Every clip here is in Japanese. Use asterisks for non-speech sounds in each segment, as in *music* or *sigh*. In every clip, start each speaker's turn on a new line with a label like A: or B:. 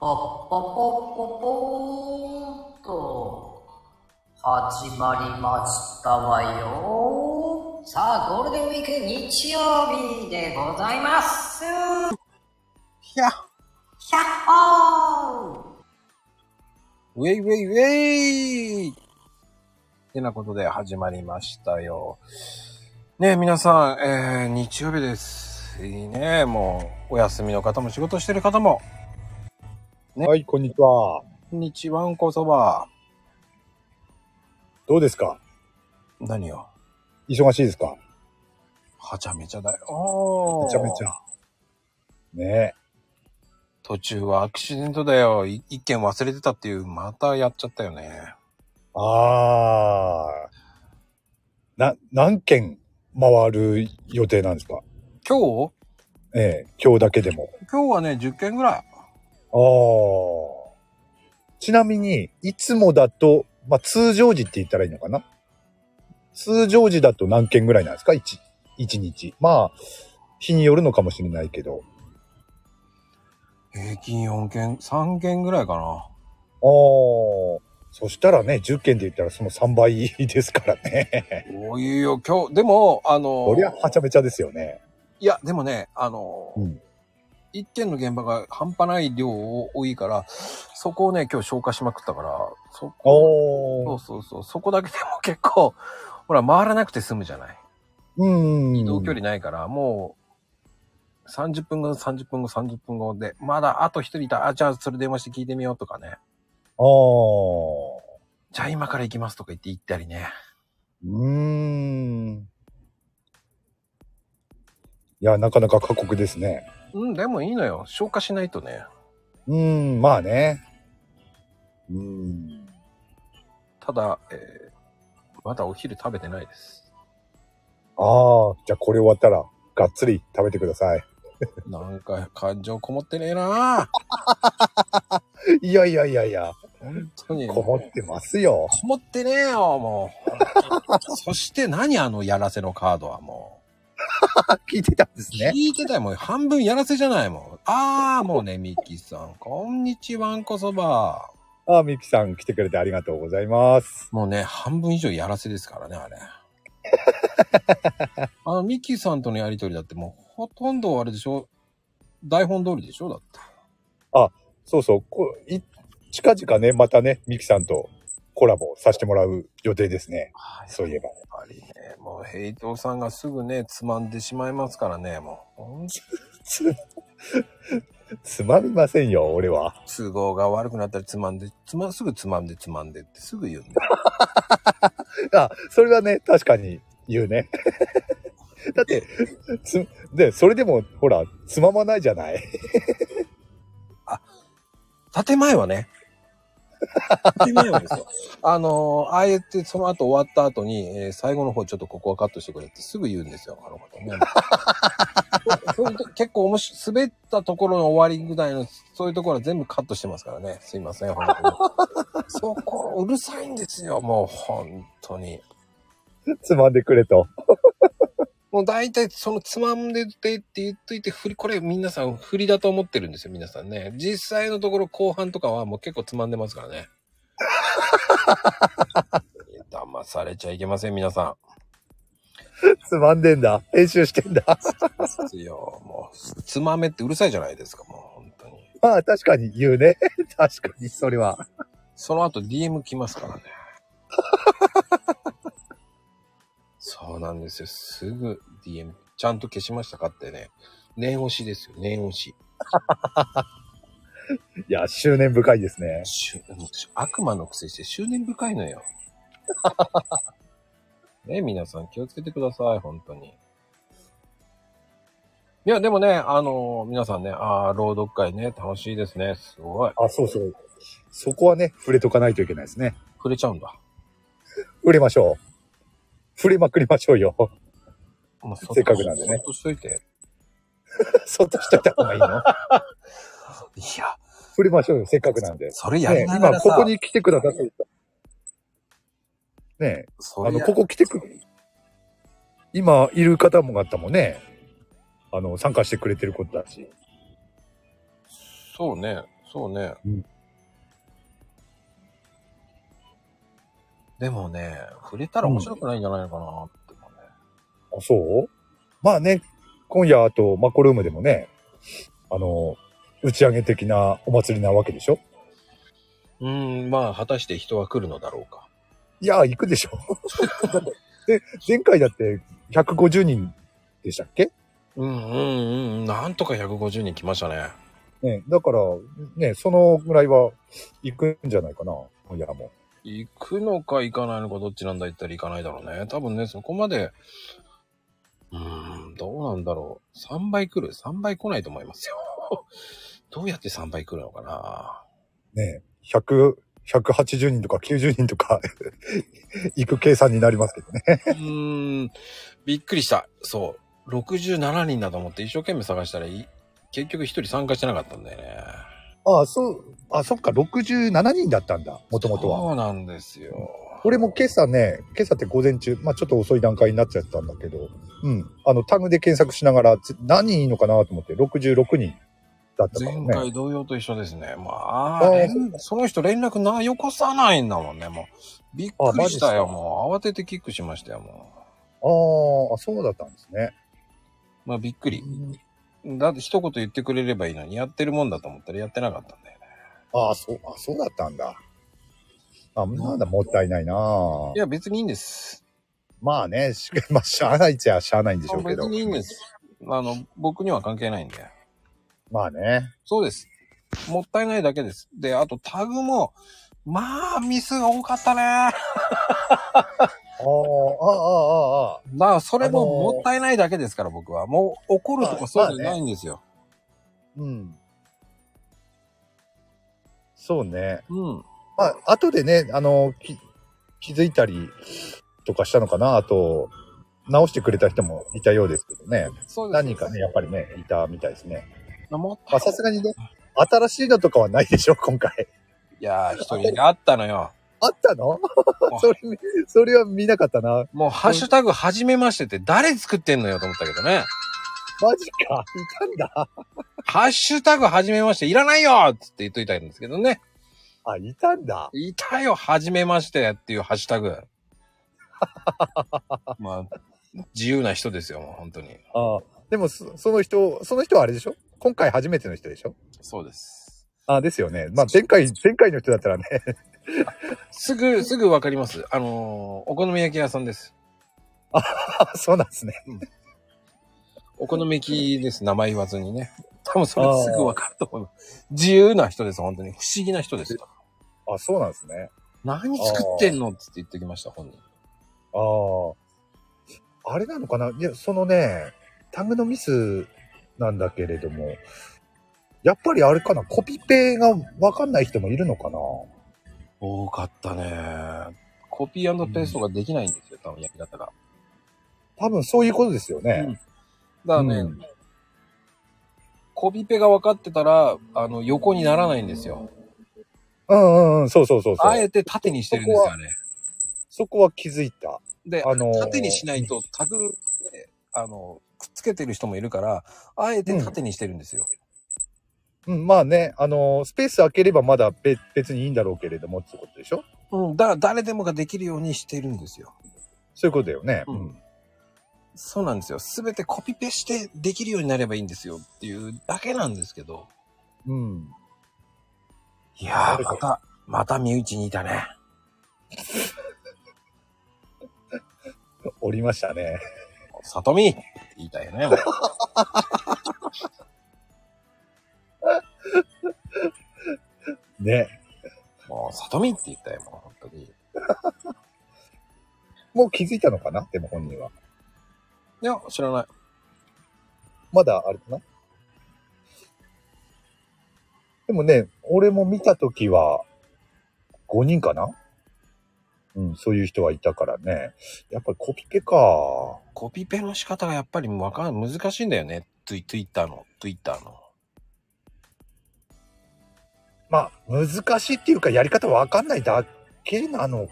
A: ポッポポポポーンと、始まりましたわよ。さあ、ゴールデンウィーク日曜日でございます。ひゃっ
B: ひゃ
A: ほー
B: ウェイウェイウェイってなことで始まりましたよ。ねえ、皆さん、えー、日曜日です。いいね。もう、お休みの方も仕事してる方も、
C: はい、こんにちは。
B: 日ワンこそば、
C: どうですか
B: 何よ、
C: 忙しいですか
B: はちゃめちゃだよ。
C: めちゃめちゃ。。ね
B: 途中はアクシデントだよ。い一件忘れてたっていう、またやっちゃったよね。
C: え。あー。な、何件回る予定なんですか
B: 今日
C: ええ、今日だけでも。
B: 今日はね、10件ぐらい。
C: あー。ちなみに、いつもだと、まあ、通常時って言ったらいいのかな通常時だと何件ぐらいなんですか一、一日。まあ、日によるのかもしれないけど。
B: 平均4件、3件ぐらいかな。
C: あー。そしたらね、10件で言ったらその3倍ですからね。
B: おいよ、今日、でも、あの、
C: こりゃはちゃめちゃですよね。
B: いや、でもね、あの、
C: うん
B: 一点の現場が半端ない量多いから、そこをね、今日消化しまくったから、そこ、そ
C: お
B: う。そうそう、そこだけでも結構、ほら、回らなくて済むじゃない。
C: うん。
B: 移動距離ないから、もう、30分後、30分後、30分後で、まだあと一人いた、あ、じゃあそれ電話して聞いてみようとかね、
C: ああ。
B: じゃあ今から行きますとか言って行ったりね。
C: うーん。いや、なかなか過酷ですね。
B: うん、でもいいのよ。消化しないとね。
C: うーん、まあね。うーん。
B: ただ、えーまだお昼食べてないです。
C: ああ、じゃあこれ終わったら、がっつり食べてください。
B: なんか感情こもってねえなあ
C: いやいやいやいや、
B: 本当に。
C: こもってますよ。
B: こもってねえよ、もう。 *laughs* そして何あのやらせのカードはも
C: あ、聞いてたんです
B: う。聞。いてたよ、もう半分やらせじゃないもん。ああ、もうね、ミキさん。こんにちは、んこそば。
C: ああ、ミキさん来てくれてありがとうございます。
B: もうね、半分以上やらせですからね、あ *laughs* れ。あの、ミキさんとのやりとりだってもうほとんどあれでしょ台本通りでしょだって。
C: そうそう、こい近々ね、またね、ミキさんとコラボさせてもらう予定ですね。そういえば。 *laughs*
B: やっぱりね、もうヘイトさんがすぐね、つまんでしまいますからね、もう。ほんと
C: つ、つまみませんよ、俺は。
B: 都合が悪くなったらつまんで、つま、すぐつまんでつまんでってすぐ言うんだよ。
C: あ、それはね、確かに言うね。 *laughs* だって、つ、で、それでも、ほら、つままないじゃない。 *laughs*
B: 建前はね。建前はですよ。あのーああやってその後終わった後に、えー最後の方ちょっとここはカットしてくれってすぐ言うんですよ、あの方ね。そういうと結構おもし、滑ったところの終わりぐらいの、そういうところは全部カットしてますからね。すいません、本当に。そこ、うるさいんですよ、もう、本当に。
C: つまんでくれと。
B: もう大体そのつまんでてって言っといて振り、これ皆さん振りだと思ってるんですよ、皆さんね。実際のところ後半とかはもう結構つまんでますからね。騙されちゃいけません、皆さ
C: つまんでんだ。編集してん
B: ん。
C: だ。 *laughs*
B: ですよ。もう、つまめってうるさいじゃないですか、もう本当に。
C: まあ、確かに言うね。 *laughs* 確かに、それは。
B: その後 DM 来ますからね。そうなんですよ。すぐ DM、ちゃんと消しましたかってね。念押しですよ、念押し。
C: いや、執念深いですね。
B: 執悪魔の癖して執念深いの *laughs* よ。ね皆さん気をつけてください、本当に。いや、でもね、あの皆さんね、ああ、朗読会ね、楽しいですね。すごい。
C: あ、そうそう。そこはね、触れとかないといけないですね。
B: 触れちゃうんだ。
C: 触れましょう。触れまくりましょうよ。 *laughs*
B: まあそ
C: せっかくなんでね
B: そっとしといて。
C: そっとしといた方がいいの。
B: いや、
C: 触れましょうよ、せっかくなんで。
B: それや
C: ね
B: り、なが
C: 今、
B: らさ、
C: ここに来てくださってる人ねえ、
B: そ
C: あ
B: れ
C: の、
B: や
C: ここ来てく、今いる方も方もね、あの、参加してくれてることだし。
B: そうね。そうね。
C: うん
B: でもね、触れたら面白くないんじゃないのかなって思うね。
C: あ、そうまあね、今夜あと、マコルームでもね、あの、打ち上げ的なお祭りなわけでしょ
B: うーん、まあ、果たして人は来るのだろうか。
C: いや、行くで
B: *laughs*
C: しょ。だってで、前回だって150人でしたっけ
B: うんうんうん。なんとか150人来ましたね。
C: ね、だから、ね、そのぐらいは行くんじゃないかな、今夜も。
B: 行くのか行かないのかどっちなんだ言ったら行かないだろうね。多分ね、そこまで、うーん、どうなんだろう。3倍来る ?3 倍来ないと思いますよ。 *laughs* どうやって3倍来るのかな
C: ね、100、180人とか90人とか *laughs* 行く計算になりますけどね。
B: うーん、びっくりした。そう。67人だと思って一生懸命探したらい結局一人参加してなかったんだよね。
C: ああ、そう、あ、そっか、67人だったんだ、もともとは。
B: そうなんですよ。
C: 俺も今朝ね、今朝って午前中、まあちょっと遅い段階になっちゃったんだけど、うん、あの、タグで検索しながら、つ何人いるのかなと思って、66人だったから
B: 前
C: ね。
B: 回同様と一緒ですね。まあ、
C: あー
B: 連その人連絡な、よこさないんだもんね、もう。びっ
C: あ
B: く
C: マ
B: り
C: ジ
B: し
C: っすか
B: たよ、もう。慌ててキックしましたよ、も
C: あーあ、そうだったんですね。
B: う。まあ、びっくり。だって一言言ってくれればいいのに、やってるもんだと思ったらやってなかったんだよね。
C: ああ、そう、あそうだったんだ。あ、なんだ、もったいないない
B: や、別にいいんです。
C: まあね、しまあ、しゃあないっちゃしゃあないんでしょうけ
B: 別
C: ど。
B: にいいんです。あの、僕には関係ないんで。
C: まあね。
B: そうです。もったいないだけです。で、あとタグも、まあ、ミスが多かったね。
C: ああ、ああ、ああ、ああ。
B: まあ、それも
C: あのー
B: もったいないだけですから、僕は。もう、怒るとかそうじゃないんですよ。
C: うん。そうね。
B: うん。
C: まあ、後でね、あの、き気づいたりとかしたのかな、あと、直してくれた人もいたようですけどね。
B: そうです。
C: 何人かね、やっぱりね、いたみたいですね。
B: もっ
C: ま
B: と
C: あ、さすがにね、新しいのとかはないでしょ、今回。
B: いやー、一人があったのよ。
C: あったの *laughs* それ、それは見なかったな。
B: もう、ハッシュタグ、はじめましてって、誰作ってんのよと思ったけどね。
C: マジか。いたんだ。
B: ハッシュタグ、はじめまして、いらないよっつって言っといたいんですけどね。
C: あ、いたんだ。
B: いたよ、はじめましてっていうハッシュタグ。 *laughs* まあ、自由な人ですよ、もう本当に。
C: ああでもそ、その人、その人はあれでしょ今回初めての人でしょ
B: そうです。
C: ああですよね。まあ、前回、前回の人だったらね。 *laughs*
B: すぐ、すぐわかります。あのーお好み焼き屋さんです。
C: あそうなんですね。
B: お好み焼きです、名前言わずにね。多分それすぐわかると思う。自由な人です、本当に。不思議な人です。
C: あそうなんですね。
B: 何作ってんのっつって言ってきました、本人。
C: ああ。あれなのかないや、そのね、タグのミスなんだけれども、やっぱりあれかなコピペがわかんない人もいるのかな
B: 多かったね。コピーペーストができないんですよ、多分やり方が。
C: 多分そういうことですよね。
B: うんだからね、
C: うん
B: コピペが分かってたら、あの、横にならないんですよ。
C: うん、うんうんそうそうそうそ
B: あ
C: う。
B: えて縦にしてるんですよね。
C: そこは気づいた。
B: で、
C: あのー
B: 縦にしないとタグで、あの、くっつけてる人もいるから、あえて縦にしてるんですよ。
C: うん、まあね、あのースペース開ければまだ別別にいいんだろうけれどもってことでしょ
B: うん、だから誰でもができるようにしてるんですよ。
C: そういうことだよね。
B: うんそうなんですよ。すべてコピペしてできるようになればいいんですよっていうだけなんですけど。
C: うん。うん。
B: いやー、
C: 誰か
B: また、また身内にいたね。
C: おりましたね。 *laughs*
B: さとみって言いたいよね。もう
C: ね。
B: もう、さとみって言ったよ、もう、本当に。い
C: もう気づいたのかなでも本人は。
B: や、知らない。
C: まだあれかなでもね、俺も見たときは、5人かなうん、そういう人はいたからね。やっぱりコピペか。
B: コピペの仕方がやっぱりわかん、難しいんだよね。ツイツイッターの、ツイッターの。
C: まあ、難しいっていうか、やり方わかんないだけなの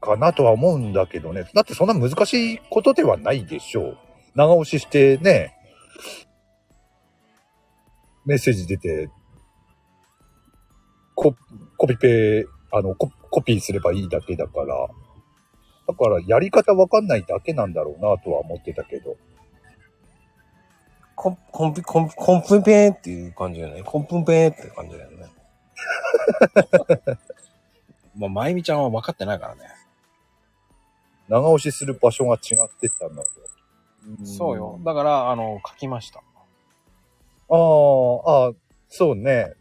C: かなとは思うんだけどね。だってそんな難しいことではないでしょう。長押ししてね、メッセージ出て、ココピペ、あのコ、コピーすればいいだけだから、だからやり方わかんないだけなんだろうなとは思ってたけど、
B: コンコンピ、コンピ、コンプペーっていう感じだよね。コンプペーって感じだよね。まあ、まゆみちゃんは分かってないからね。
C: 長押しする場所が違ってたんだけど。
B: そうよ。だから、あの、書きました。
C: ああ、ああ、そうね。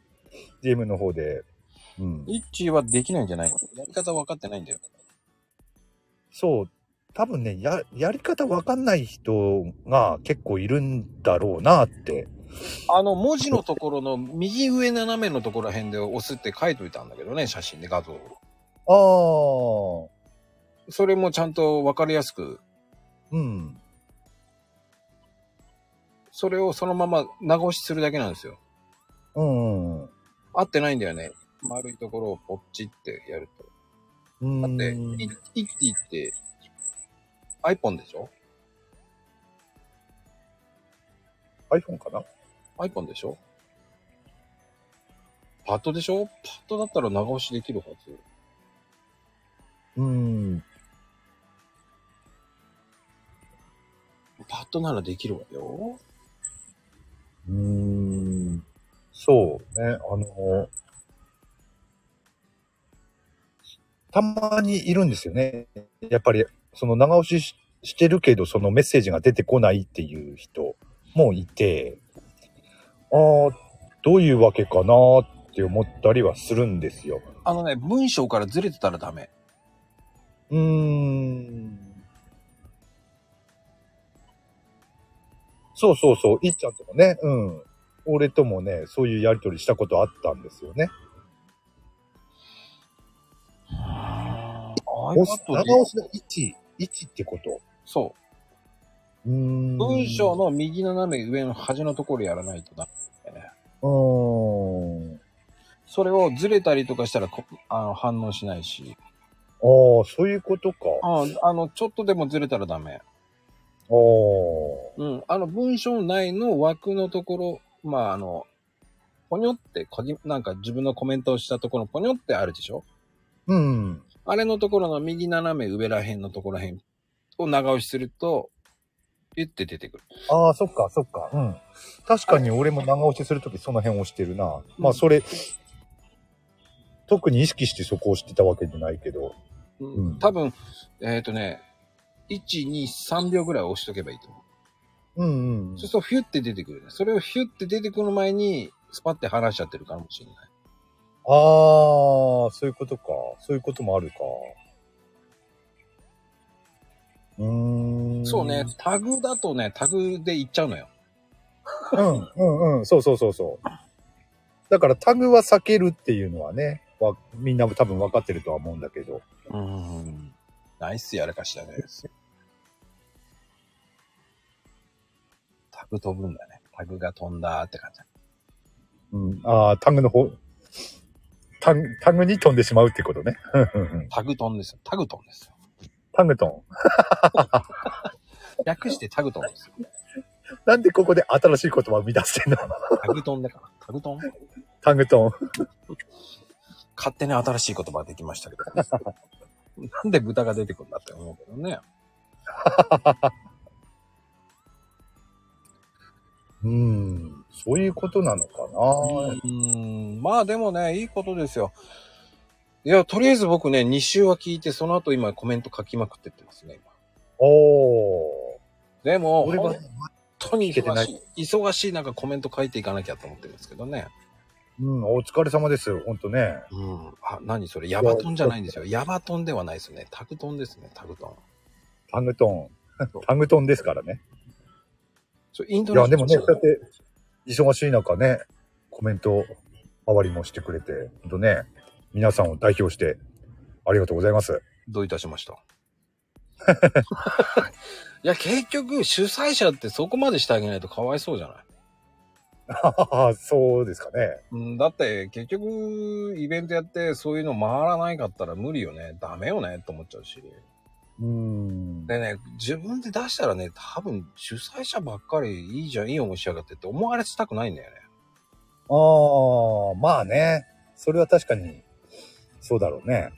C: DM の方で。うん。
B: イッチーはできないんじゃないやり方分かってないんだよ。
C: そう。多分ね、や、やり方わかんない人が結構いるんだろうなって。
B: あの、文字のところの右上斜めのところら辺で押すって書いといたんだけどね、写真で画像を。
C: ああ、
B: それもちゃんと分かりやすく、
C: うん。
B: それをそのまま長押しするだけなんですよ。
C: うん。う
B: 合ってないんだよね。丸いところをポッチってやると。
C: ん。
B: だって、イッイッティって、iPhone でしょ
C: iPhone かな
B: ?iPhone でしょパッドでしょパッドだったら長押しできるはず。
C: うん。
B: パッドならできるわよ。
C: うん。そうね。あの、たまにいるんですよね。やっぱり、その長押しししてるけど、そのメッセージが出てこないっていう人もいて、ああ、どういうわけかなーって思ったりはするんですよ。
B: あのね、文章からずれてたらダメ。
C: うーん。そうそうそう、いっちゃんともね、うん。俺ともね、そういうやりとりしたことあったんですよね。押す
B: iPad
C: 長
B: で
C: 押、しの位置、位置ってこと。
B: そう
C: ーん
B: う。文章の右斜め上の端のところやらないとダメだよね。
C: の。うーん。
B: それをずれたりとかしたらこあの反応しないし。
C: ああ、そういうことか。ああ
B: ああの、ちょっとでもずれたらダメ。うん。あの、文章内の枠のところ、まあ、あの、ポニョって書き、なんか自分のコメントをしたところ、ポニョってあるでしょ
C: うん。
B: あれのところの右斜め上ら辺のところら辺を長押しすると、ピュって出てくる。
C: ああ、そっか、そっか。うん。確かに俺も長押しするときその辺押してるな。まあ、それ、特に意識してそこを押してたわけじゃないけど。
B: うん
C: うん
B: 多分、えっ、とね、1、2、3秒ぐらい押しとけばいいと思う。
C: うんうん
B: そうすると、ヒュって出てくるね。それをヒュって出てくる前に、スパって離しちゃってるかもしれない。
C: ああ、そういうことか。そういうこともあるか。うーん。
B: そうね、タグだとね、タグでいっちゃうのよ。
C: うん、うん、うん。そうそうそうそう。だからタグは避けるっていうのはね、わみんなも多分分かってるとは思うんだけど。
B: うん。ナイスやらかしだね。タグ飛ぶんだね。タグが飛んだーって感じ。
C: うん。ああ、タグの方、タグ、タグに飛んでしまうってことね。 *laughs* うんうんうん
B: タグ飛んですよ。タグ飛んですよ。
C: タグト
B: 略してタグ飛んですよ。
C: ン。なんでここで新しい言葉を生み出してんの *laughs*
B: タグ飛んだから。タグ飛ん
C: タグトン。
B: 勝手に新しい言葉ができましたけど、 *laughs* なんで豚が出てくるんだって思うけどね。
C: うん。そういうことなのかな。
B: うん。まあでもね、いいことですよ。いや、とりあえず僕ね、2週は聞いて、その後今コメント書きまくってってますね、今。
C: おー。
B: でも、
C: 俺は
B: 本、当に
C: 聞けてな
B: 忙
C: い
B: しい。忙しい中コメント書いていかなきゃと思ってるんですけどね。
C: うん、お疲れ様です。ほんとね。
B: うん。あ、何それ、ヤバトンじゃないんですよ。ヤバトンではないですね。タグトンですね、タグトン。
C: タングトン。タングトンですからね。
B: そう、インド
C: い
B: ネシ
C: や、
B: ア
C: でもね、そうやって、忙しい中ね、コメント、周りもしてくれて、ほんとね、皆さんを代表して、ありがとうございます。 *laughs*
B: どういたしました *laughs* いや、結局、主催者ってそこまでしてあげないとかわいそうじゃない
C: ああ、そうですかね。
B: うん、だって、結局、イベントやって、そういうの回らないかったら無理よね。ダメよね、と思っちゃうし。
C: うーん。
B: でね、自分で出したらね、多分、主催者ばっかりいいじゃん、いい思いしやがってって思われてたくないんだよね。
C: ああ、まあね。それは確かに、そうだろうね。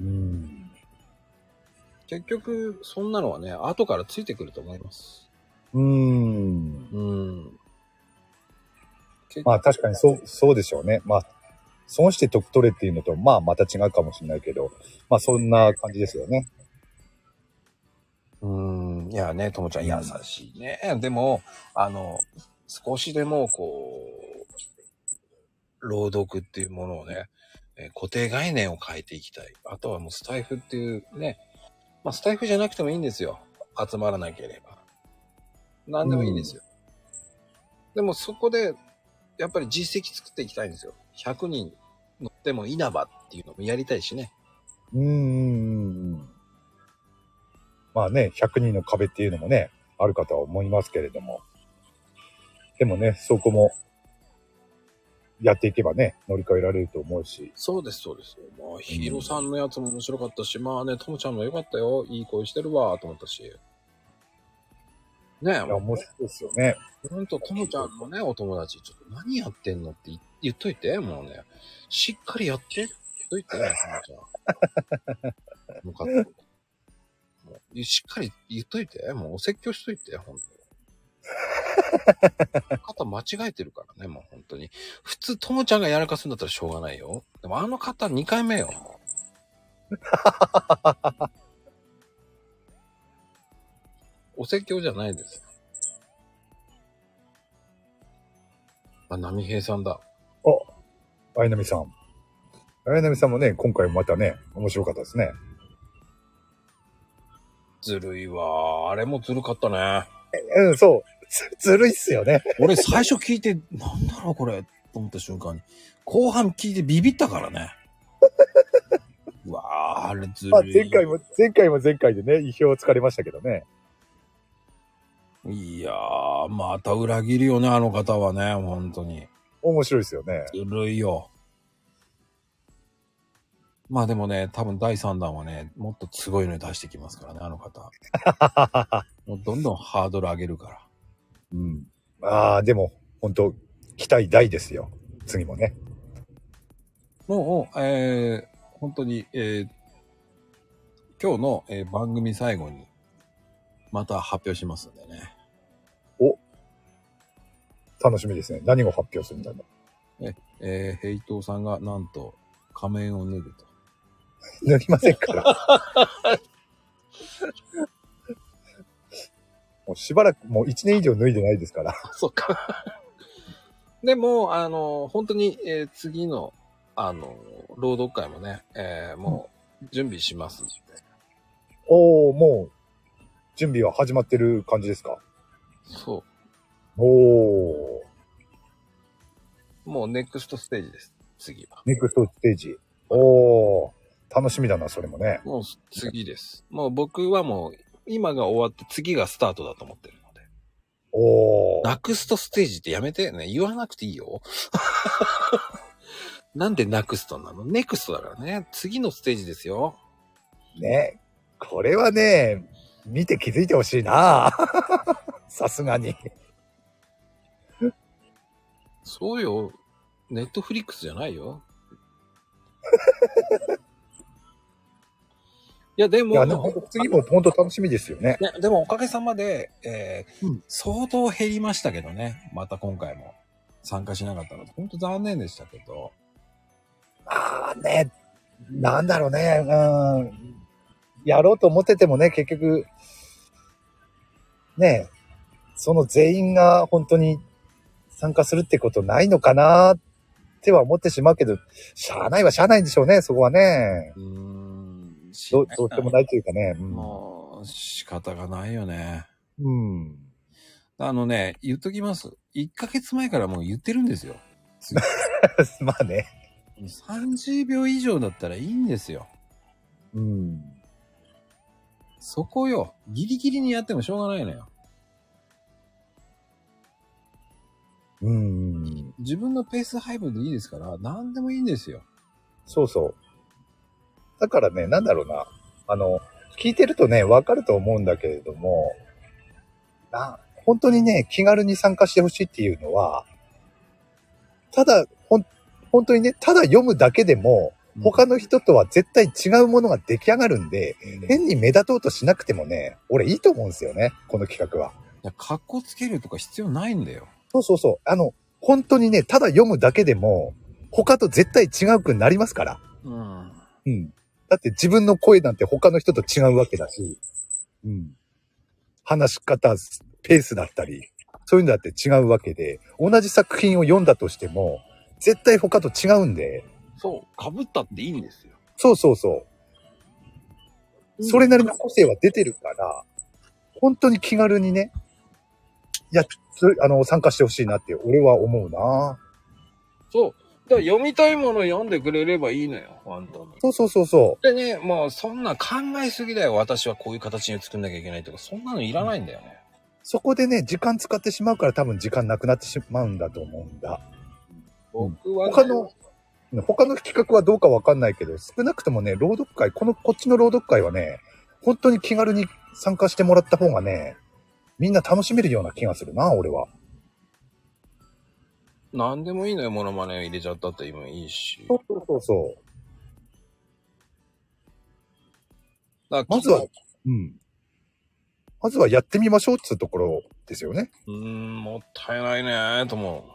C: うん。
B: 結局、そんなのはね、後からついてくると思います。
C: うん。
B: うん。結
C: まあ確かにそう、そうでしょうね。まあ、損して得取れっていうのと、まあまた違うかもしれないけど、まあそんな感じですよね。
B: うん。いやね、ともちゃん優しいね。でも、あの、少しでも、こう、朗読っていうものをね、えー固定概念を変えていきたい。あとはもうスタイフっていうね、まあスタイフじゃなくてもいいんですよ。集まらなければ。何でもいいんですよ。でもそこで、やっぱり実績作っていきたいんですよ。100人乗っても稲葉っていうのもやりたいしね。
C: うーん。まあね、100人の壁っていうのもね、あるかとは思いますけれども。でもね、そこも、やっていけばね、乗り越えられると思うし。
B: そうです、そうです。まあ、ヒーローさんのやつも面白かったし、まあね、ともちゃんも良かったよ。いい声してるわ、と思ったし。ねえ、
C: いや、面白いですよね。
B: ほんと、ともちゃんのね、お友達、ちょっと何やってんのって言言っといて、もうね、しっかりやって、言っといて、ともちゃん。よかった。もうしっかり言っといて、もうお説教しといて、ほんと。肩間違えてるからね、もう本当に。普通、ともちゃんがやらかすんだったらしょうがないよ。でもあの方2回目よ、もう。お説教じゃないです。あ、波平さんだ。
C: あ、あやなみさん。あやなみさんもね、今回もまたね、面白かったですね。
B: ずるいわ。あれもずるかったね。
C: うん、そう。ずずるいっすよね。
B: 俺最初聞いて、 *laughs* なんだろうこれ、と思った瞬間に。後半聞いてビビったからね。 *laughs* うわあ、あれずるい。
C: まあ前回も、前回も前回でね、意表をつかれましたけどね。
B: いやー、また裏切るよね、あの方はね、本当に。
C: 面白いですよね。
B: ずるいよ。まあでもね、多分第3弾はね、もっとすごいの出してきますからね、あの
C: *laughs*
B: 方。もうどんどんハードル上げるから。
C: うん。ああ、でも、本当期待大ですよ。次もね。
B: もう、えー、本当に、えー、今日の、えー番組最後に、また発表しますんでね。
C: 楽しみですね。何を発表するんだろう。
B: えー、ヘイトさんがなんと仮面を脱ぐと。
C: *laughs* 塗りませんから。 *laughs* もうしばらく、もう1年以上脱いでないですから。
B: そっか。 *laughs* でも、あの、本当に、えー次の、あの、朗読会もね、えーもう、準備しますんで。
C: おおもう、準備は始まってる感じですか
B: そ
C: おお
B: う。もう、ネクストステージです。次は。
C: ネクストステージ。おお楽しみだな、それもね。
B: もう、次です。もう、僕はもう、今が終わって、次がスタートだと思ってるので。
C: おお
B: ナクストステージってやめてね。言わなくていい *laughs* よ。なんでナクストなのネクストだからね。次のステージですよ。
C: ね。これはね、見て気づいてほしいな。 *laughs* さすがに。
B: そうよ。ネットフリックスじゃない *laughs* よ。いや、でも、
C: いや、でも本当次も本当楽しみですよね。
B: ねでもおかげさまで、えー
C: うん
B: 相当減りましたけどね。また今回も参加しなかったので、本当残念でしたけど。
C: ああね、なんだろうね、うん。やろうと思っててもね、結局、ね、その全員が本当に参加するってことないのかなっては思ってしまうけど、しゃあないはしゃあないんでしょうね、そこはね。
B: うーん。し
C: どうどうしてもないというかね。
B: もう、仕方がないよね。
C: うん。うん。 *laughs*
B: あのね、言っときます。1ヶ月前からもう言ってるんですよ。
C: まあね。
B: 30秒以上だったらいいんですよ。
C: うん。
B: そこよ。ギリギリにやってもしょうがないのよ。
C: うん。
B: 自分のペース配分でいいですから、何でもいいんですよ。
C: そうそう。だからね、なんだろうな。あの、聞いてるとね、わかると思うんだけれども、な本当にね、気軽に参加してほしいっていうのは、ただ、ほん、本当にね、ただ読むだけでも、他の人とは絶対違うものが出来上がるんで、変に目立とうとしなくてもね、俺いいと思うんですよね、この企画は。
B: いや、格好つけるとか必要ないんだよ。
C: そうそうそう。あの、本当にね、ただ読むだけでも、他と絶対違うくなりますから。
B: うん。
C: うん。だって自分の声なんて他の人と違うわけだし、うん。話し方、ペースだったり、そういうのだって違うわけで、同じ作品を読んだとしても、絶対他と違うんで、
B: そう、かぶったっていいんですよ。
C: そうそうそう。それなりの個性は出てるから、本当に気軽にね、いや、それあの、参加してほしいなって、俺は思うな
B: そう。だから読みたいものを読んでくれればいいのよ、本当に。
C: そうそうそうそ
B: でね、もうそんな考えすぎだよ。私はこういう形に作んなきゃいけないとか、そんなのいらないんだよね。
C: う。そこでね、時間使ってしまうから多分時間なくなってしまうんだと思うんだ。うん
B: 僕は、ね、
C: 他の、他の企画はどうかわかんないけど、少なくともね、朗読会、この、こっちの朗読会はね、本当に気軽に参加してもらった方がね、みんな楽しめるような気がするな、俺は。
B: 何でもいいのよ、モノマネ入れちゃったって今いいし。
C: そうそうそうそ
B: だから
C: まずは、う。うん。まずはやってみましょうっつうところですよね。
B: うーん、もったいないねーと思う。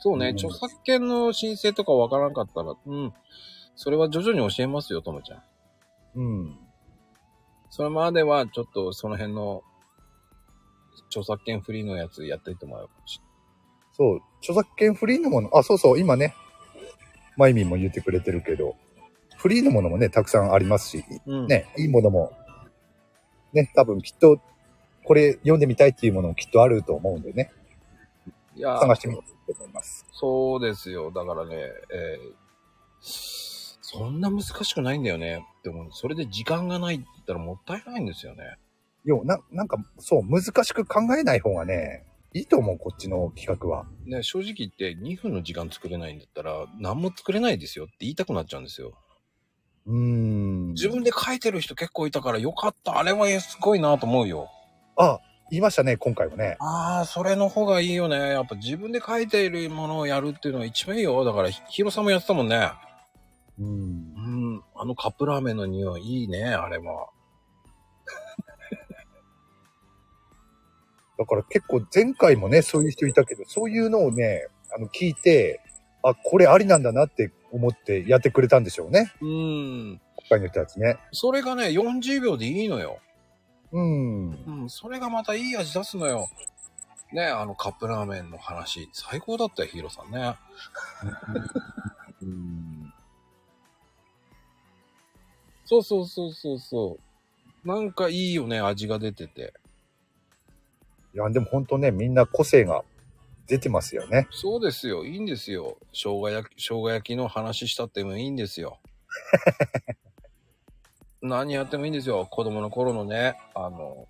B: そうね、
C: うん
B: 著作権の申請とかわからんかったら、うん、それは徐々に教えますよ、ともちゃん。
C: うん。
B: それまでは、ちょっとその辺の、著作権フリーのやつやっていってもらうかもしれない。
C: そう、著作権フリーのもの、あ、そうそう、今ね、まゆみんも言ってくれてるけど、フリーのものもね、たくさんありますし、
B: うん、
C: ね、いいものも、ね、多分きっと、これ読んでみたいっていうものもきっとあると思うんでね、
B: いやー
C: 探してみようと思います。
B: そうですよ。だからね、えーそんな難しくないんだよねって思う。それで時間がないって言ったらもったいないんですよね。
C: よう、な、なんか、そう、難しく考えない方がね、いいと思う、こっちの企画は。
B: ね、正直言って2分の時間作れないんだったら何も作れないですよって言いたくなっちゃうんですよ。
C: うーん。
B: 自分で書いてる人結構いたからよかった。あれはすごいなと思うよ。
C: あ、言いましたね、今回はね。
B: ああ、それの方がいいよね。やっぱ自分で書いているものをやるっていうのが一番いいよ。だからひ、ヒロさんもやってたもんね。
C: うーん
B: う。ん、あのカップラーメンの匂いいいね、あれは。
C: だから結構前回もね、そういう人いたけど、そういうのをね、あの、聞いて、あ、これありなんだなって思ってやってくれたんでしょうね。
B: うん。
C: 今回の人たちね。
B: それがね、40秒でいいのよ。
C: うーん。
B: うん、それがまたいい味出すのよ。ね、あのカップラーメンの話、最高だったよ、ヒーローさんね。
C: うん。
B: *laughs* そうそうそうそうそう。なんかいいよね、味が出てて。
C: いや、でも本当ね、みんな個性が出てますよね。
B: そうですよ、いいんですよ。生姜焼き、生姜焼きの話したってもいいんです
C: *laughs*
B: よ。何やってもいいんですよ。子供の頃のね、あの、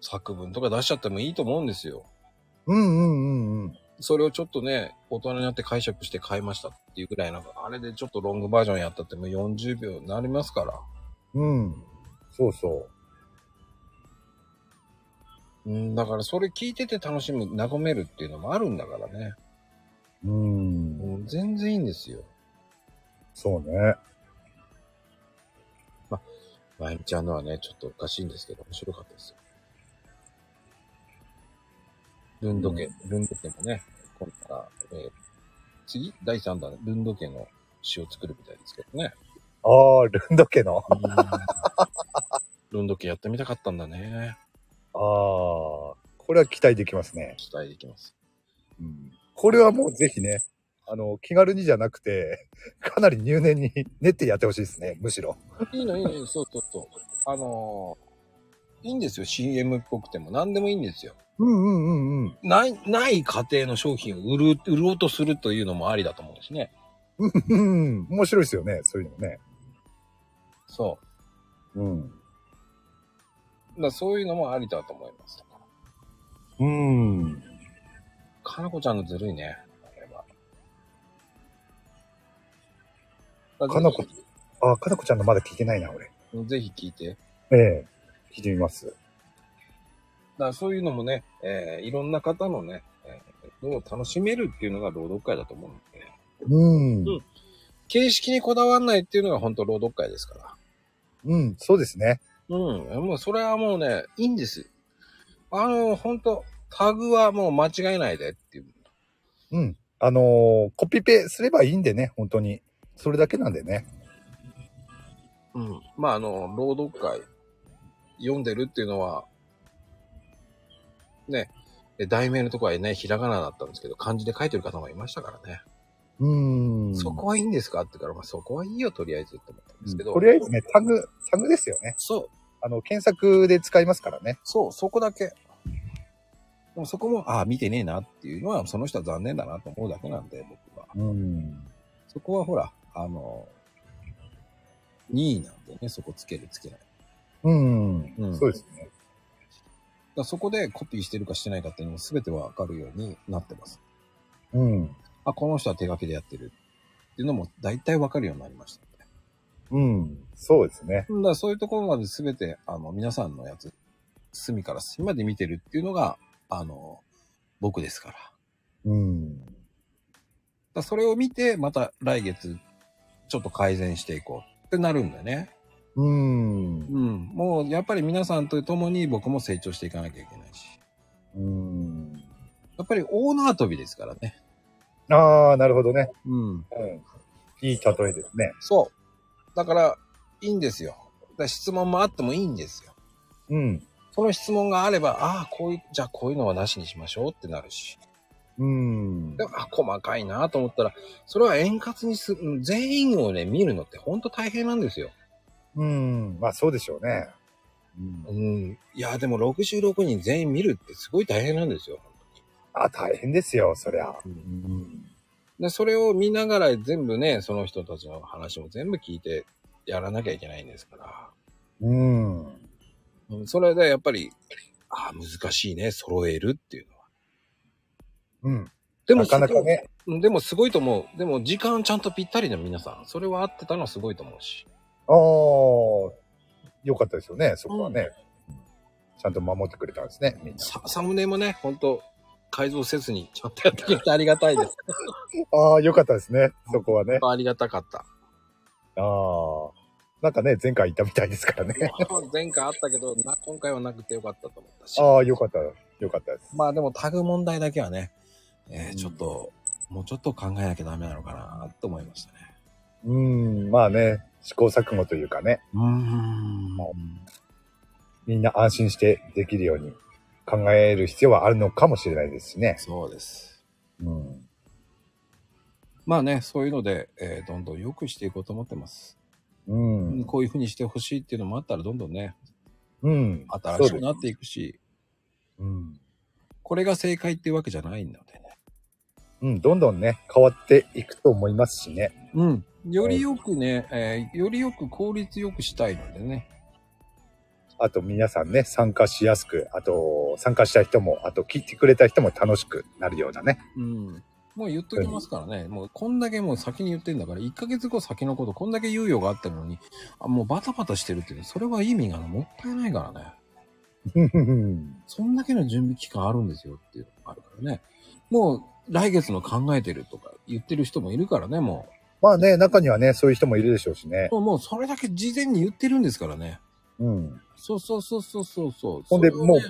B: 作文とか出しちゃってもいいと思うんですよ。
C: うんうんうんうん。
B: それをちょっとね、大人になって解釈して変えましたっていうぐらいなんか、あれでちょっとロングバージョンやったってもう40秒になりますから。
C: うん。そうそ
B: う
C: う。
B: ん、だからそれ聞いてて楽しむ、和めるっていうのもあるんだからね。
C: うーん。
B: うん、全然いいんですよ。
C: そうね。
B: まゆみちゃんのはね、ちょっとおかしいんですけど、面白かったですよ。ルンド家、ルンド家もね、今度から、えー次第3弾、ルンド家の詩を作るみたいですけどね。
C: ああ、ルンド家の。
B: *laughs* ルンド家やってみたかったんだね。
C: ああ、これは期待できますね。
B: 期待できます。
C: うん。これはもうぜひね、あの、気軽にじゃなくて、かなり入念に *laughs* 練ってやってほしいですね、むしろ。
B: いいのいいのいいの、そうそうそう。あのーいいんですよ、CM っぽくても。何でもいいんですよ。
C: うんうんうんうん。
B: ない、ない家庭の商品を売る、売ろうとするというのもありだと思うしね。
C: うん、面白いですよね、そういうのね。
B: そ
C: うん。
B: う。だからそういうのもありだと思います。
C: うん。
B: かなこちゃんのずるいね。あれはだら
C: かなこあ、かなこちゃんのまだ聞いてないな、俺。
B: ぜひ聞いて。だか
C: ええ聞いてみます。
B: らそういうのもね、えーいろんな方のね、えね、を楽しめるっていうのが朗読会だと思うんで、ね、
C: うん。
B: うん形式にこだわらないっていうのが本当朗読会ですから。
C: うん、そうですね。
B: うん。もうそれはもうね、いいんです。あの、本当タグはもう間違えないでっていう。
C: うん。あのーコピペすればいいんでね、本当に。それだけなんでね。
B: うん。まあ、あの、朗読会読んでるっていうのは、ね、え題名のとこはね、ひらがなだったんですけど、漢字で書いてる方もいましたからね。
C: うん。
B: そこはいいんですかって言うから、まあ、そこはいいよ、とりあえずって思ったんですけど。
C: とりあえずね、タグ、タグですよね。
B: そう、
C: あの、検索で使いますからね。
B: そう、そこだけ。でもそこも、ああ、見てねえなっていうのは、その人は残念だなと思うだけなんで、僕は。
C: うん。
B: そこはほら、あの、任意なんでね、そこつけるつけない。だか
C: うん。
B: うん
C: そうですね。
B: らそこでコピーしてるかしてないかっていうのも全てわかるようになってます。
C: うん。
B: あ、この人は手書きでやってるっていうのも大体わかるようになりましたね。
C: うん。そうですね。
B: だからそういうところまで全て、あの、皆さんのやつ、隅から隅まで見てるっていうのが、あの、僕ですから。だか
C: うん。
B: らそれを見て、また来月、ちょっと改善していこうってなるんだよね。
C: うん。
B: うん。もう、やっぱり皆さんと共に僕も成長していかなきゃいけないし。
C: うん。
B: やっぱりオーナー飛びですからね。
C: ああ、なるほどね。
B: うん。
C: うん。いい例えですね。
B: そう。だから、いいんですよ。だから質問もあってもいいんですよ。
C: うん。
B: その質問があれば、ああ、こういう、じゃあこういうのはなしにしましょうってなるし。
C: うん
B: で。あ、細かいなと思ったら、それは円滑にす、うん全員をね、見るのってほんと大変なんですよ。
C: うん。まあ、そうでしょうね。うん。
B: うん。いや、でも66人全員見るってすごい大変なんですよ。本
C: あ、大変ですよ、そりゃ。
B: 当に
C: うん。
B: で、それを見ながら全部ね、その人たちの話も全部聞いてやらなきゃいけないんですから。
C: うん。
B: うんそれでやっぱり、ああ、難しいね、揃えるっていうのは。
C: うん。
B: でも
C: なかなかね。
B: すごいうんでもすごいと思う。でも時間ちゃんとぴったりの皆さん、それは合ってたのはすごいと思うし。
C: ああ、よかったですよね、そこはね。ちゃんと守ってくれたんですね、みんな。
B: ササムネもね、ほんと、改造せずにちゃんとやってくれてありがたいです。
C: ああ、よかったですね、そこはね。
B: ありがたかった。
C: ああ。なんかね、前回行ったみたいですからね。
B: 前回あったけど、な今回はなくてよかったと思ったし。
C: ああ、よかった、よかったです。
B: まあでもタグ問題だけはね、え
C: う
B: ー
C: ん
B: ちょっと、もうちょっと考えなきゃダメなのかなと思いましたね。
C: うん、まあね、試行錯誤というかね、
B: うーん。
C: みんな安心してできるように考える必要はあるのかもしれないですしね。
B: そうです。
C: うん。
B: まあね、そういうので、えーどんどん良くしていこうと思ってます。
C: うん。
B: こういうふうにしてほしいっていうのもあったら、どんどんね、
C: うん。
B: 新し
C: そう
B: く
C: です
B: なっていくし、
C: うん。
B: これが正解っていうわけじゃないのでね。
C: うん、どんどんね、変わっていくと思いますしね。
B: うん。よりよくね、えーよりよく効率よくしたいのでね。
C: あと皆さんね、参加しやすく、あと参加した人も、あと聞いてくれた人も楽しくなるようなね。 *laughs*
B: うん。もう言っときますからね。もうこんだけもう先に言ってんだから、1ヶ月後先のこと、こんだけ猶予があったのに、あもうバタバタしてるっていうのはそれは意味がもったいないからね。そんだけの準備期間あるんですよっていうのがあるからね。もう来月の考えてるとか言ってる人もいるからね、も
C: まあね、中にはね、そういう人もいるでしょうしね
B: う。。もうもうそれだけ事前に言ってるんですからね。
C: うん。
B: そうそうそうそうそうそう。
C: ほんで
B: それを
C: も
B: ね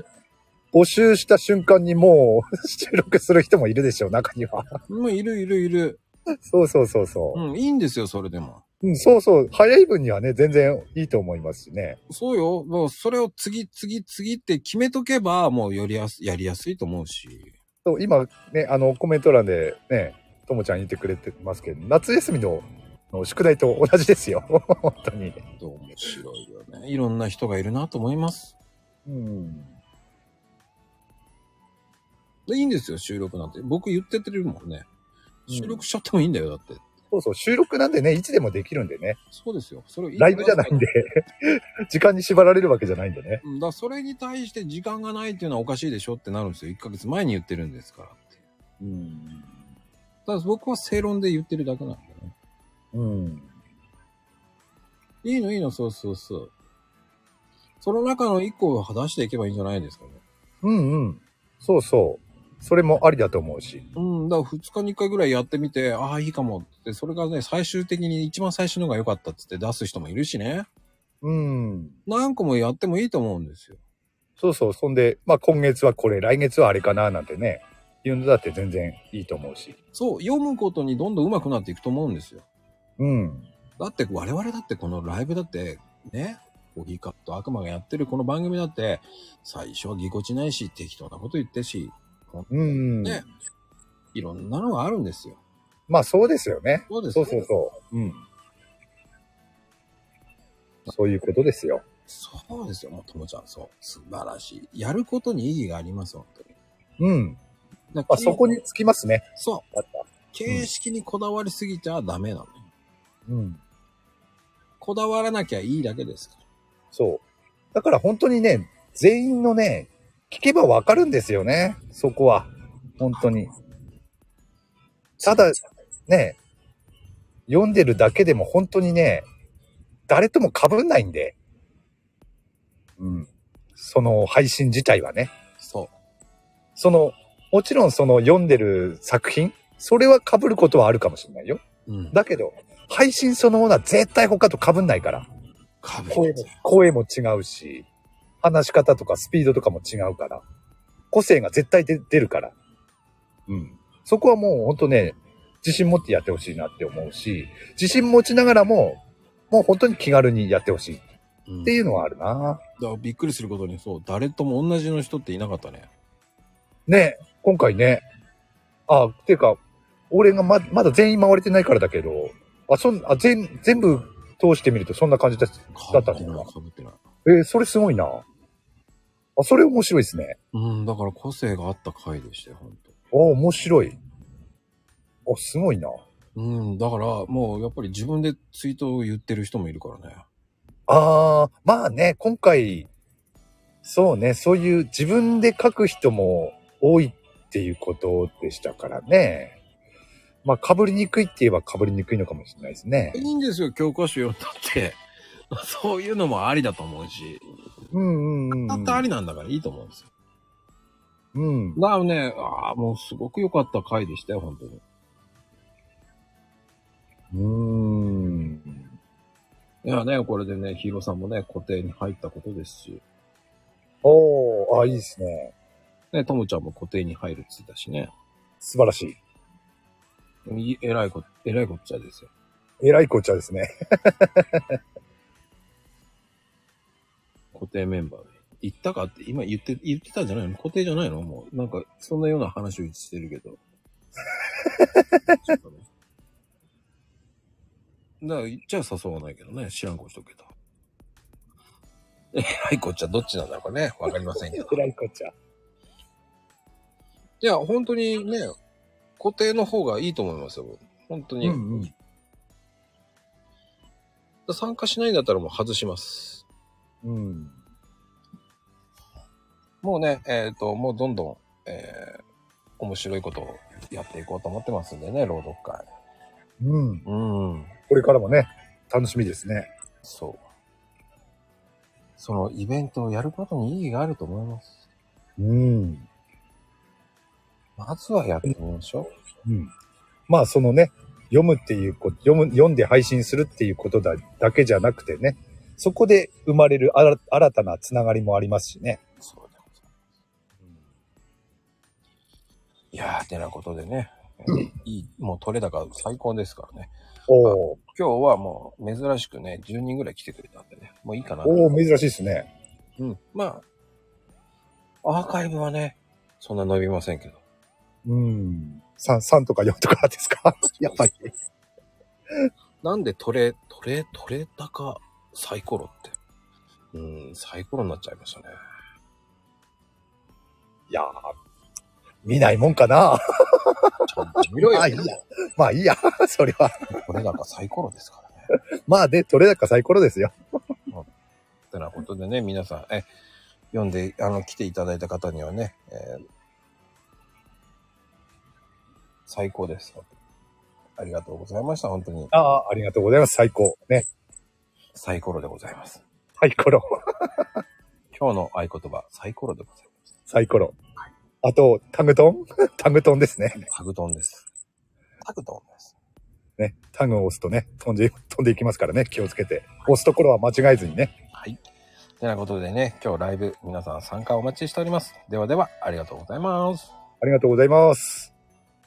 C: う募集した瞬間にもう *laughs* 収録する人もいるでしょう、中には。 *laughs*
B: もういるいるいる。
C: そうそうそうそうう。
B: ん、いいんですよ、それでも。
C: うん、そうそう。早い分にはね、全然いいと思いますしね。
B: そうよ。もうそれを次、次、次って決めとけば、もうよりやす、やりやすいと思うし。
C: そう今ね、あの、コメント欄でね、ともちゃん言ってくれてますけど、夏休みのの宿題と同じですよ。 *laughs* 本当に。
B: 面白いよね。いろんな人がいるなと思います。
C: うん。
B: でいいんですよ、収録なんて。僕言っててるもんね。収録しちゃってもいいんだよ、だって。
C: そうそう、収録なんでね、いつでもできるんでね。
B: そうですよ。それを言って
C: ライブじゃないんで、時間に縛られるわけじゃないんでね。
B: うん。だからそれに対して時間がないっていうのはおかしいでしょってなるんですよ。1ヶ月前に言ってるんですからって。
C: うん。
B: ただ僕は正論で言ってるだけなんでね。
C: うん。
B: いいのいいの、そうそうそう。その中の1個を出していけばいいんじゃないですかね。
C: うんうん。そうそそれもありだと思うし。
B: うん、だから2日に1回ぐらいやってみて、ああ、いいかもって、それがね、最終的に一番最初のが良かったっつって出す人もいるしね。
C: うん。
B: 何個もやってもいいと思うんですよ。
C: そうそう。そんで、まあ今月はこれ、来月はあれかななんてね、いうのだって全然いいと思うし。
B: そう、読むことにどんどん上手くなっていくと思うんですよ。
C: うん。
B: だって我々だってこのライブだって、ね、コーヒーカップと悪魔がやってるこの番組だって、最初はぎこちないし、適当なこと言ってし、
C: うん。
B: ね、いろんなのがあるんですよ。
C: まあそうですよね。
B: そうです
C: そうそうそう。うん。そういうことですよ。
B: そうですよ、もうともちゃん、そう。素晴らしい。やることに意義があります、本当に。
C: うん。
B: だか
C: ま
B: ら
C: あそこにつきますね。
B: そう。
C: また。
B: 形式にこだわりすぎちゃダメなの。
C: うん。
B: こだわらなきゃいいだけですから。
C: そう。だから本当にね、全員のね、聞けばわかるんですよね。そこは。本当に。ただ、ね、読んでるだけでも本当にね、誰とも被んないんで。うん。その配信自体はね。
B: そう。
C: その、もちろんその読んでる作品、それは被ることはあるかもしれないよ。
B: うん。
C: だけど、配信そのものは絶対他と被んないから。
B: かぶ
C: 声も、声も違うし、話し方とかスピードとかも違うから、個性が絶対で出るから。うん。そこはもうほんとね、自信持ってやってほしいなって思うし、自信持ちながらも、もう本当に気軽にやってほしいっ
B: うん
C: ていうのはあるな。
B: だからびっくりすることに、そう、誰とも同じの人っていなかったね。
C: ね今回ね、あ、っていうか、俺がままだ全員回れてないからだけど、あ、そん、あ、全、全部通してみるとそんな感じだだった
B: 被ってな
C: の
B: い、かぶってない。
C: えーそれすごいな。あ、それ面白いですね。
B: うん、だから個性があった回でしたよ、本
C: あ、面白い。あ、すごいな。
B: 当。うん、だからもうやっぱり自分でツイートを言ってる人もいるからね。
C: ああ、まあね、今回、そうね、そういう自分で書く人も多いっていうことでしたからね。まあ、被りにくいって言えば被りにくいのかもしれないですね。
B: いいんですよ、教科書読んだって。 *laughs* そういうのもありだと思うし。
C: うんうんうん。
B: だってありなんだからいいと思うんですよ。
C: うん。
B: だからね、ああ、もうすごく良かった回でしたよ、本当に。
C: うーん。
B: いやね、これでね、ヒーローさんもね、固定に入ったことですし、
C: おー、あ、いいですね。
B: ね、ともちゃんも固定に入るっつったしね。
C: 素晴らしい。
B: いえらいこ、えらいこっちゃですよ。
C: えらい紅茶ですね。 *laughs*
B: 固定メンバーで。言ったかって、今言って、言ってたんじゃないの固定じゃないのもう、なんか、そんなような話をしてるけど。ち
C: *laughs*
B: ょっとねだから、言っちゃ誘わないけどね。知らんこしとくけ *laughs* ど。えらいこっちゃどっちなんだろうかね。わかりませんけど。
C: えらい紅茶。
B: いや、本当にね、固定の方がいいと思いますよ。本当に。
C: うんうん
B: 参加しないんだったらもう外します。
C: うん。
B: もうね、えっ、と、もうどんどん、えー、面白いことをやっていこうと思ってますんでね、朗読会。
C: うん。
B: うん。
C: これからもね、楽しみですね。
B: そう。そのイベントをやることに意義があると思います。
C: うん。
B: まずはやってみましょ
C: うん。まあそのね、読むっていうこと、読む、読んで配信するっていうことだだけじゃなくてね、そこで生まれる新新たなつながりもありますしね
B: う。。そうでございます。いやー、てなことでね、いい、もう取れ高最高ですからね。
C: おー
B: 今日はもう珍しくね、10人ぐらい来てくれたんでね、もういいかな。
C: おー珍しいですね。
B: うん。まあ、アーカイブはね、そんな伸びませんけど。
C: うん。3、3とか4とかですか *laughs* やっぱり。
B: なんでトレ、トレ、トレ高サイコロって。うん、サイコロになっちゃいましたね。
C: いやー、見ないもんかな。 *laughs*
B: ちゃんと見ろよ *laughs*
C: ま。あいいや。まあいいや、 *laughs* それは。
B: トレ高サイコロですからね。
C: まあで、取れ高最高ですよ。
B: ってなことでね、皆さん、え、読んで、あの、来ていただいた方にはね、えー最高です。ありがとうございました。本当に。
C: ああ、ありがとうございます。最高。ね。
B: サイコロでございます。
C: サイコロ。
B: 今日の合言葉、サイコロでございます。
C: サイコロ。あと、タングトン *laughs* タングトンですね。
B: タグトンです。タグトンです。
C: ね。タングを押すとね、飛んで、飛んでいきますからね、気をつけて。押すところは間違えずにね。
B: はい。てなことでね、今日ライブ皆さん参加お待ちしております。ではでは、ありがとうございます。
C: ありがとうございます。